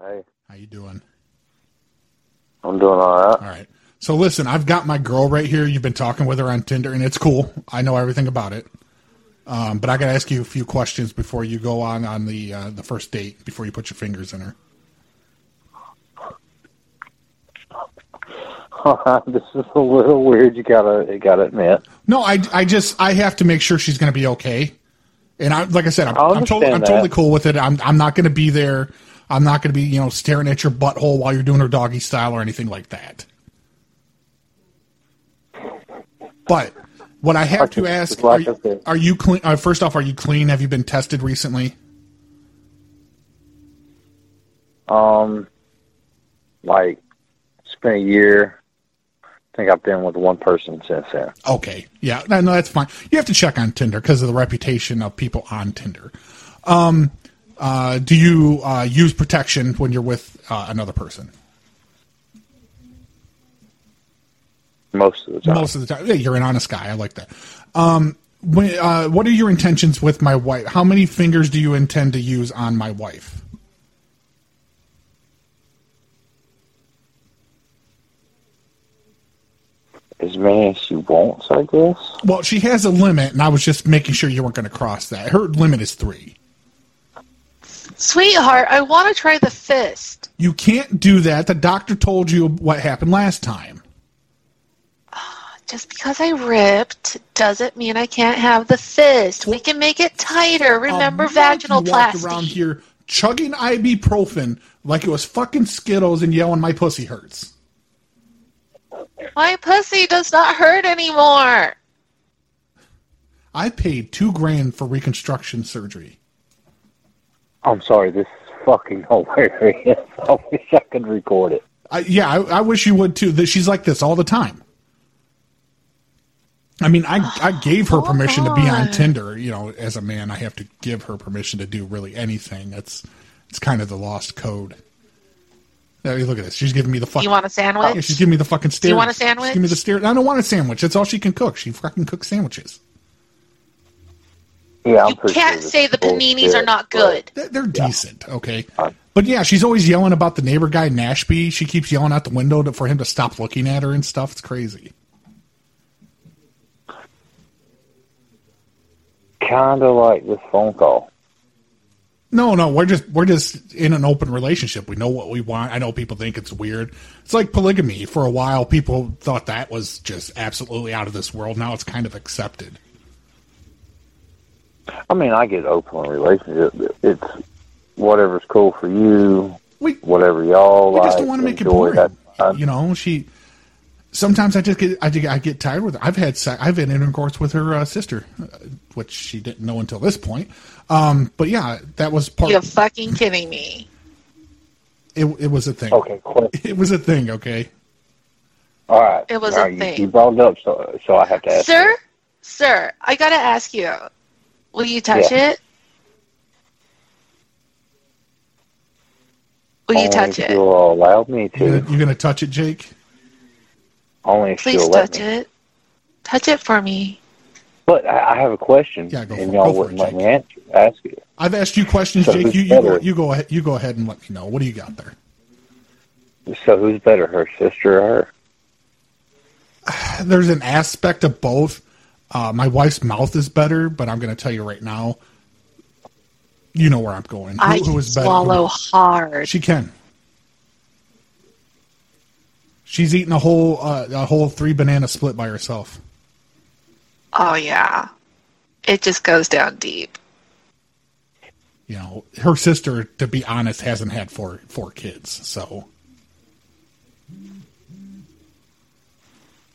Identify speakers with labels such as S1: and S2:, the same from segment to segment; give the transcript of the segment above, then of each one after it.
S1: Hey,
S2: How you doing?
S1: I'm doing all right.
S2: All right. So listen, I've got my girl right here. You've been talking with her on Tinder, and it's cool. I know everything about it. Um, but I got to ask you a few questions before you go on on the uh, the first date. Before you put your fingers in her.
S1: this is a little weird. You gotta, you gotta admit.
S2: No, I, I just I have to make sure she's going to be okay. And I like I said, I'm,
S1: I
S2: I'm, totally, I'm
S1: understand that.
S2: totally cool with it. I'm I'm not going to be there. I'm not going to be you know staring at your butthole while you're doing her doggy style or anything like that. But what I have to ask are
S1: Like I
S2: you,
S1: said.
S2: are you clean? Uh, first off, are you clean? Have you been tested recently?
S1: Um, like it's been a year. I think I've been with one person since then.
S2: Okay, yeah, no, no, that's fine. You have to check on Tinder because of the reputation of people on Tinder. Um, uh, do you uh, use protection when you're with uh, another person?
S1: Most of the time.
S2: most of the time. Yeah, you're an honest guy. I like that. Um, when, uh, what are your intentions with my wife? How many fingers do you intend to use on my wife?
S1: As many as she wants, I guess.
S2: Well, she has a limit, and I was just making sure you weren't going to cross that. Her limit is three.
S3: Sweetheart, I want to try the fist.
S2: You can't do that. The doctor told you what happened last time.
S3: Just because I ripped doesn't mean I can't have the fist. We can make it tighter. Remember
S2: Um,
S3: vaginal
S2: you walked around
S3: plasty.
S2: here chugging ibuprofen like it was fucking Skittles and yelling, "My pussy hurts."
S3: My pussy does not hurt anymore.
S2: I paid two grand for reconstruction surgery.
S1: I'm sorry. This is fucking hilarious. I wish I could record it.
S2: I, yeah, I, I wish you would too. That she's like this all the time. I mean, I I gave her permission to be on
S3: God.
S2: Tinder. You know, as a man, I have to give her permission to do really anything. That's it's kind of the lost code. Now, you look at this. She's giving me the fucking.
S3: You want a
S2: Yeah,
S3: sandwich?
S2: she's giving me the fucking stare.
S3: you want a
S2: She's giving me the
S3: sandwich?
S2: stare. I don't want a sandwich. That's all she can cook. She fucking cooks sandwiches.
S1: Yeah, I'm
S3: You
S1: pretty sure
S3: can't
S1: this
S3: say
S1: is
S3: the paninis
S1: bullshit,
S3: are
S1: but-
S3: not good.
S2: They're, they're decent, okay.
S1: Fine.
S2: But yeah, she's always yelling about the neighbor guy Nashby. She keeps yelling out the window to, for him to stop looking at her and stuff. It's crazy.
S1: Kinda like this phone call.
S2: No, no, we're just we're just in an open relationship. We know what we want. I know people think it's weird. It's like polygamy. For a while, people thought that was just absolutely out of this world. Now it's kind of accepted.
S1: I mean, I get open relationship. It's whatever's cool for you,
S2: We
S1: whatever y'all
S2: we
S1: like.
S2: just don't want to make it
S1: enjoy
S2: boring.
S1: that. Uh,
S2: you know, she. Sometimes I just get I, get- I get tired with her. I've had se- I've had intercourse with her uh, sister, uh, which she didn't know until this point. Um, but yeah, that was part.
S3: You're fucking kidding me.
S2: It, it was a thing.
S1: okay, question.
S2: It was a thing. Okay.
S1: All right.
S3: It was
S1: All
S3: a
S1: right, you-
S3: thing.
S1: You brought it up, so, so I have to ask.
S3: Sir, sir, I gotta ask you. Will you touch it? Will you
S2: Oh,
S1: Only
S3: touch
S1: if
S3: it?
S1: You'll allow me to.
S2: You gonna, you gonna touch it, Jake?
S1: Only if
S3: Please
S1: you'll let
S3: touch
S1: me.
S3: it. Touch it for me.
S1: But I, I have a question,
S2: Yeah, go
S1: and
S2: for- go
S1: y'all
S2: for
S1: wouldn't
S2: it,
S1: let me answer, ask it.
S2: I've asked you questions,
S1: So
S2: Jake.
S1: who's
S2: You you go,
S1: better?
S2: you go ahead. You go ahead and let me know. What do you got there?
S1: So who's better, her sister or her?
S2: There's an aspect of both. Uh, my wife's mouth is better, but I'm gonna tell you right now. You know where I'm going.
S3: I
S2: Who- who
S3: can
S2: is better? Who-
S3: swallow hard.
S2: She can. She's eating a whole uh, a whole three banana split by herself.
S3: Oh yeah. It just goes down deep.
S2: You know, her sister, to be honest, hasn't had four four kids. So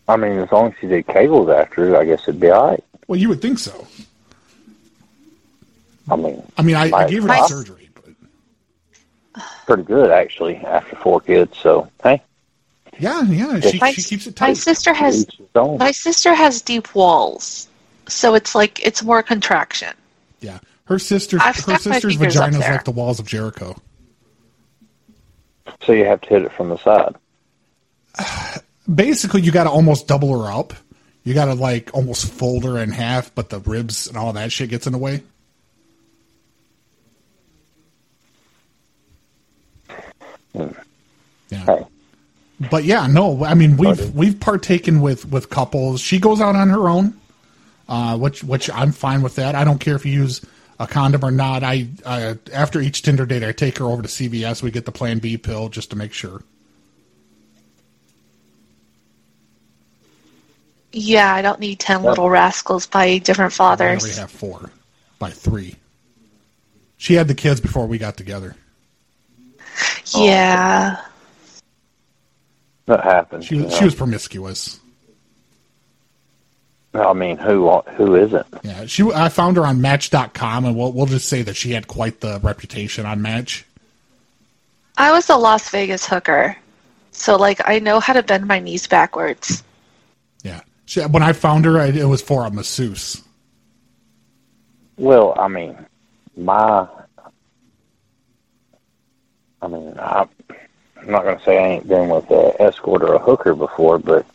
S1: I mean, as long as she did cables after, I guess it'd be all right.
S2: well, you would think so.
S1: I mean,
S2: I mean, I, I
S1: My-
S2: gave her
S3: my-
S2: the surgery. But
S1: pretty good actually after four kids. So hey,
S2: yeah, yeah, she,
S3: My-
S2: she keeps it
S3: My
S2: tight.
S3: sister has
S1: each his own.
S3: my sister has deep walls. So it's like it's more contraction.
S2: Yeah, her sister
S3: I've
S2: her
S3: stuck my
S2: sister's
S3: fingers up
S2: vagina is
S3: there.
S2: like the walls of Jericho.
S1: So you have to hit it from the side.
S2: Basically, you got to almost double her up. You got to like almost fold her in half, but the ribs and all that shit gets in the way. Yeah.
S1: Hey.
S2: But yeah, no, I mean we've
S1: Pardon?
S2: we've partaken with with couples. She goes out on her own, uh, which which I'm fine with that. I don't care if you use a condom or not. I uh, after each Tinder date, I take her over to CVS. We get the Plan B pill just to make sure.
S3: Yeah, I don't need ten
S1: Yeah.
S3: little rascals by different
S2: We already
S3: fathers.
S2: have four by three. She had the kids before we got together.
S3: Yeah.
S1: That happens.
S2: She
S1: you
S2: was
S1: know?
S2: she was promiscuous.
S1: I mean, who who isn't?
S2: Yeah, she. I found her on Match.com, and we'll we'll just say that she had quite the reputation on Match.
S3: I was a Las Vegas hooker. So like I know how to bend my knees backwards.
S2: Yeah, she, when I found her, I, it was for a masseuse.
S1: Well, I mean, my. I mean, I, I'm not going to say I ain't been with an escort or a hooker before, but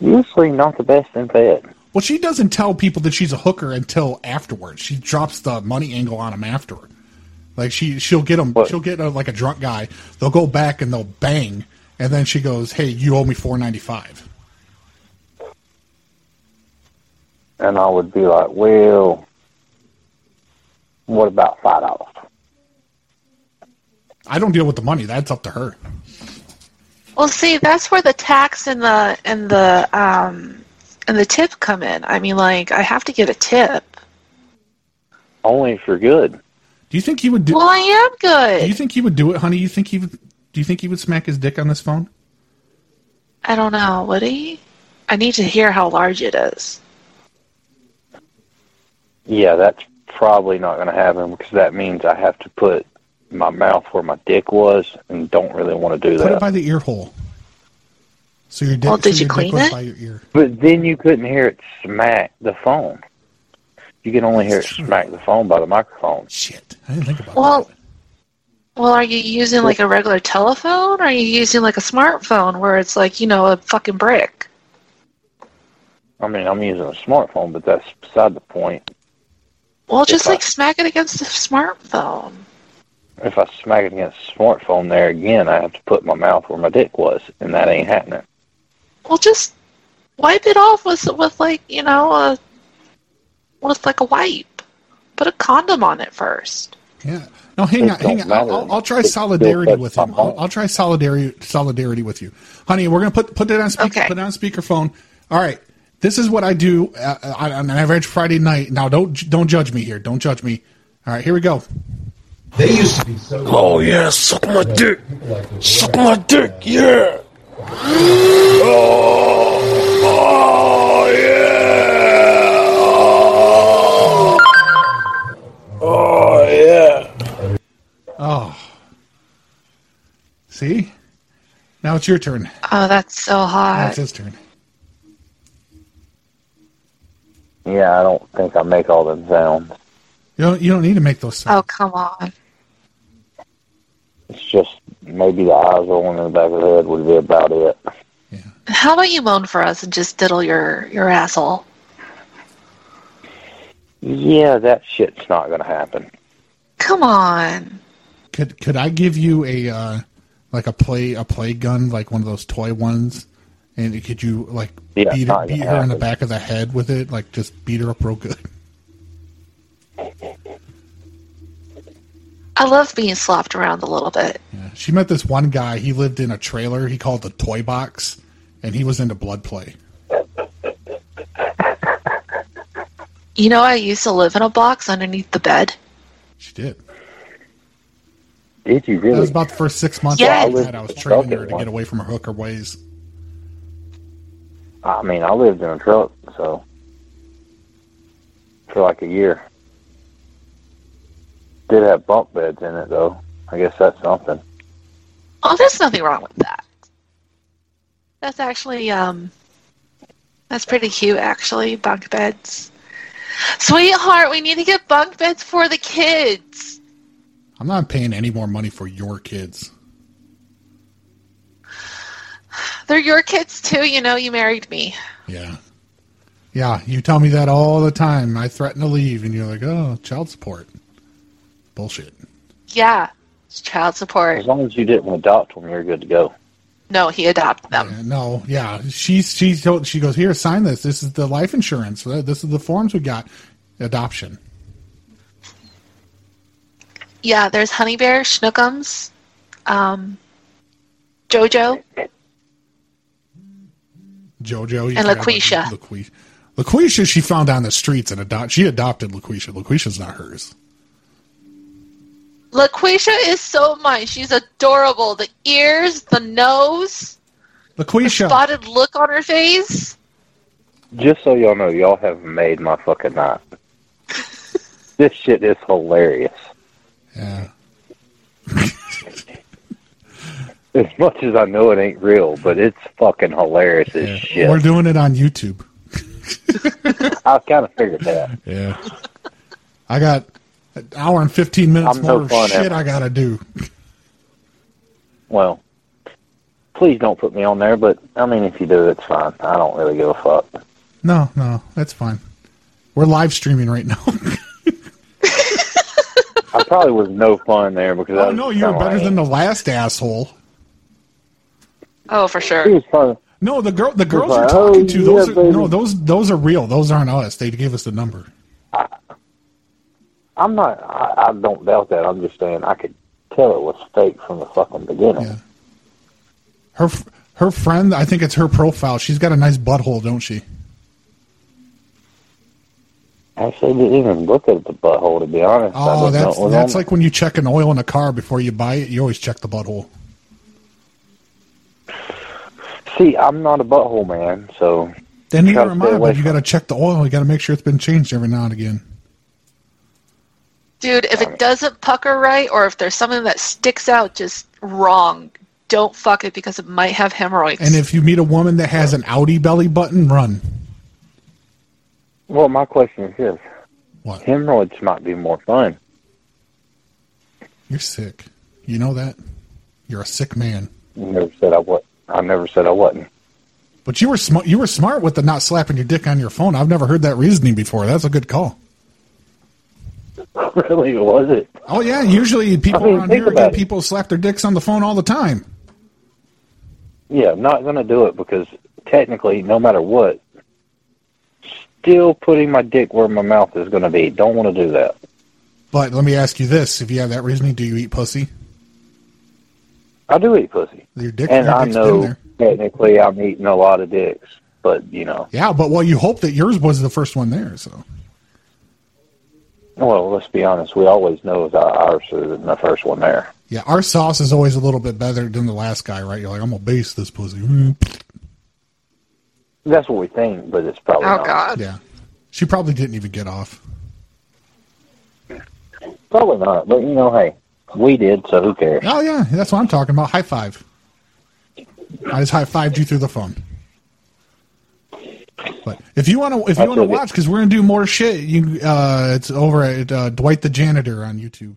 S1: usually not the best in bed.
S2: Well, she doesn't tell people that she's a hooker until afterwards. She drops the money angle on him after. Like she she'll get him
S1: What?
S2: she'll get uh like a drunk guy. They'll go back and they'll bang, and then she goes, "Hey, you owe me four ninety five.
S1: And I would be like, well, what about five dollars?
S2: I don't deal with the money. That's up to her.
S3: Well, see, that's where the tax and the and the um and the tip come in. I mean, like I have to get a tip.
S1: Only if you're good.
S2: Do you think he would do?
S3: Well, I am
S2: do
S3: good.
S2: you think he would do it, honey? You think he would? Do you think he would smack his dick on this phone?
S3: I don't know, would he? I need to hear how large it is.
S1: Yeah, that's probably not going to happen because that means I have to put my mouth where my dick was, and don't really want to do
S2: Put it
S1: that.
S2: by the ear hole. So your dick.
S3: Well, Oh, did
S2: so
S3: you
S2: your dick
S3: clean
S2: was
S3: it?
S2: by your ear?
S1: But then you couldn't hear it smack the phone. You can only hear it smack the phone by the microphone.
S2: Shit, I didn't think about
S3: Well,
S2: that.
S3: Well, are you using like a regular telephone? Or are you using like a smartphone where it's like, you know, a fucking brick?
S1: I mean, I'm using a smartphone, but that's beside the point.
S3: Well, just
S1: I-
S3: like smack it against the smartphone.
S1: If I smack it against the smartphone there again, I have to put my mouth where my dick was, and that ain't happening.
S3: Well, just wipe it off with with like, you know, a with like a wipe. Put a condom on it first.
S2: Yeah. No, hang
S1: It
S2: on, hang
S1: don't
S2: on. I'll,
S1: matter.
S2: I'll, I'll try
S1: It
S2: solidarity
S1: still
S2: with
S1: affects
S2: him.
S1: my
S2: I'll,
S1: home.
S2: I'll try solidarity solidarity with you, honey. We're gonna put put it on speaker,
S3: Okay.
S2: put it on speakerphone. All right. This is what I do uh, on on an average Friday night. Now, don't don't judge me here. Don't judge me. All right, here we go.
S4: They used to be so.
S5: Oh yeah, suck my dick.
S4: people like the
S5: Suck my dick, yeah. Oh, oh yeah. Oh yeah.
S2: Oh. See, now it's your turn.
S3: Oh, that's so
S2: Now
S3: hot.
S2: it's his turn.
S1: Yeah, I don't think I make all them sounds.
S2: You don't you don't need to make those sounds.
S3: Oh, come on.
S1: It's just maybe the eyes rolling in the back of the head would be about it.
S3: How about you moan for us and just diddle your your asshole?
S1: Yeah, that shit's not going to happen.
S3: Come on.
S2: Could could I give you a uh, like a play a play gun like one of those toy ones? And could you like
S1: Yeah,
S2: beat,
S1: not
S2: beat
S1: gonna
S2: her in the
S1: happen.
S2: back of the head with it? Like just beat her up real good.
S3: I love being slopped around a little bit.
S2: She met this one guy. He lived in a trailer. He called the Toy Box, and he was into blood play.
S3: You know, I used to live in a box underneath the bed.
S2: She did.
S1: Did you
S2: That was
S1: really?
S2: about the first six months
S3: Yes.
S2: after that. I was training her to get away from her hooker ways.
S1: I mean, I lived in a truck, so for like a year. Did have bunk beds in it though. I guess that's something.
S3: Oh, there's nothing wrong with that. That's actually um that's pretty cute actually, bunk beds. Sweetheart, we need to get bunk beds for the kids.
S2: I'm not paying any more money for your kids.
S3: They're your kids too, you know, you married me.
S2: Yeah, yeah. You tell me that all the time. I threaten to leave, and you're like, "Oh, child support." Bullshit.
S3: Yeah. It's child support.
S1: As long as you didn't adopt them, you're good to go.
S3: No, he adopted them.
S2: Yeah, no, yeah. She's she's told, she goes here. Sign this. This is the life insurance. Uh, This is the forms we got. Adoption.
S3: Yeah, there's Honey Bear, Schnookums, um, JoJo.
S2: JoJo you
S3: And
S2: forgot about
S3: Laquisha.
S2: Laqui- Laquisha, she found on the streets and adopt. She adopted Laquisha. Laquisha's not hers.
S3: LaQuisha is so mine. She's adorable. The ears, the nose, the
S2: Laquisha.
S3: spotted look on her face.
S1: Just so y'all know, y'all have made my fucking night. this shit is hilarious.
S2: Yeah.
S1: As much as I know it ain't real, but it's fucking hilarious as
S2: yeah.
S1: shit.
S2: We're doing it on YouTube.
S1: I kind of figured that.
S2: Yeah. I got an hour and 15 minutes
S1: I'm
S2: more
S1: no
S2: of
S1: fun,
S2: shit
S1: Em.
S2: I got to do.
S1: Well, please don't put me on there, but I mean, if you do, it's fine. I don't really give a fuck.
S2: No, no, that's fine. We're live streaming right now.
S1: I probably was no fun there because I
S2: oh,
S1: was
S2: no, you were better than the last asshole.
S3: Oh, for
S1: He
S3: sure.
S1: was fun.
S2: No, the girl, the girls
S1: like,
S2: you're talking
S1: "Oh,
S2: to, those
S1: yeah,
S2: are, no,
S1: baby."
S2: those those are real. Those aren't us. They gave us the number.
S1: I'm not. I, I don't doubt that. I'm just saying I could tell it was fake from the fucking beginning.
S2: Yeah. Her f- her friend, I think it's her profile. She's got a nice butthole, don't she?
S1: Actually, I didn't even look at the butthole to be honest. I
S2: Oh,
S1: didn't know
S2: that's
S1: it was
S2: that's
S1: on
S2: like when you check an oil in a car before you buy it. You always check the butthole.
S1: there. See, I'm not a butthole man, so
S2: Then neither
S1: Gotta
S2: am
S1: stay
S2: I.
S1: away
S2: But you
S1: from
S2: got to check the oil. You got to make sure it's been changed every now and again.
S3: Dude, if it doesn't pucker right or if there's something that sticks out just wrong, don't fuck it because it might have hemorrhoids.
S2: And if you meet a woman that has an Audi belly button, run.
S1: Well, my question is this:
S2: What?
S1: hemorrhoids might be more fun.
S2: You're sick. You know that. You're a sick man.
S1: I never said I was. I never said I wasn't.
S2: But you were smart. You were smart with the not slapping your dick on your phone. I've never heard that reasoning before. That's a good call.
S1: really, was it?
S2: Oh yeah, usually people
S1: I mean,
S2: around
S1: think
S2: here,
S1: about it.
S2: people slap their dicks on the phone all the time.
S1: Yeah, I'm not gonna do it because technically, no matter what, still putting my dick where my mouth is gonna be. Don't want to do that.
S2: But let me ask you this: If you have that reasoning, do you eat pussy?
S1: I do eat pussy,
S2: Your dick,
S1: and
S2: your
S1: I
S2: dick's
S1: know technically I'm eating a lot of dicks, but you know,
S2: Yeah, but well, you hope that yours was the first one there. So
S1: well, let's be honest. We always know that ours is the first one there.
S2: yeah, our sauce is always a little bit better than the last guy, right? You're like, I'm gonna base this pussy. Mm,
S1: That's what we think, but it's
S3: oh,
S1: probably not.
S3: God.
S2: Yeah, she probably didn't even get off.
S1: Probably not. But you know, hey, we did, so who cares?
S2: Oh yeah, that's what I'm talking about. High five. I just high fived you through the phone. But if you want to, if you
S1: I
S2: want to
S1: took it.
S2: watch, because we're gonna do more shit, you uh, it's over at uh, Dwight the Janitor on YouTube.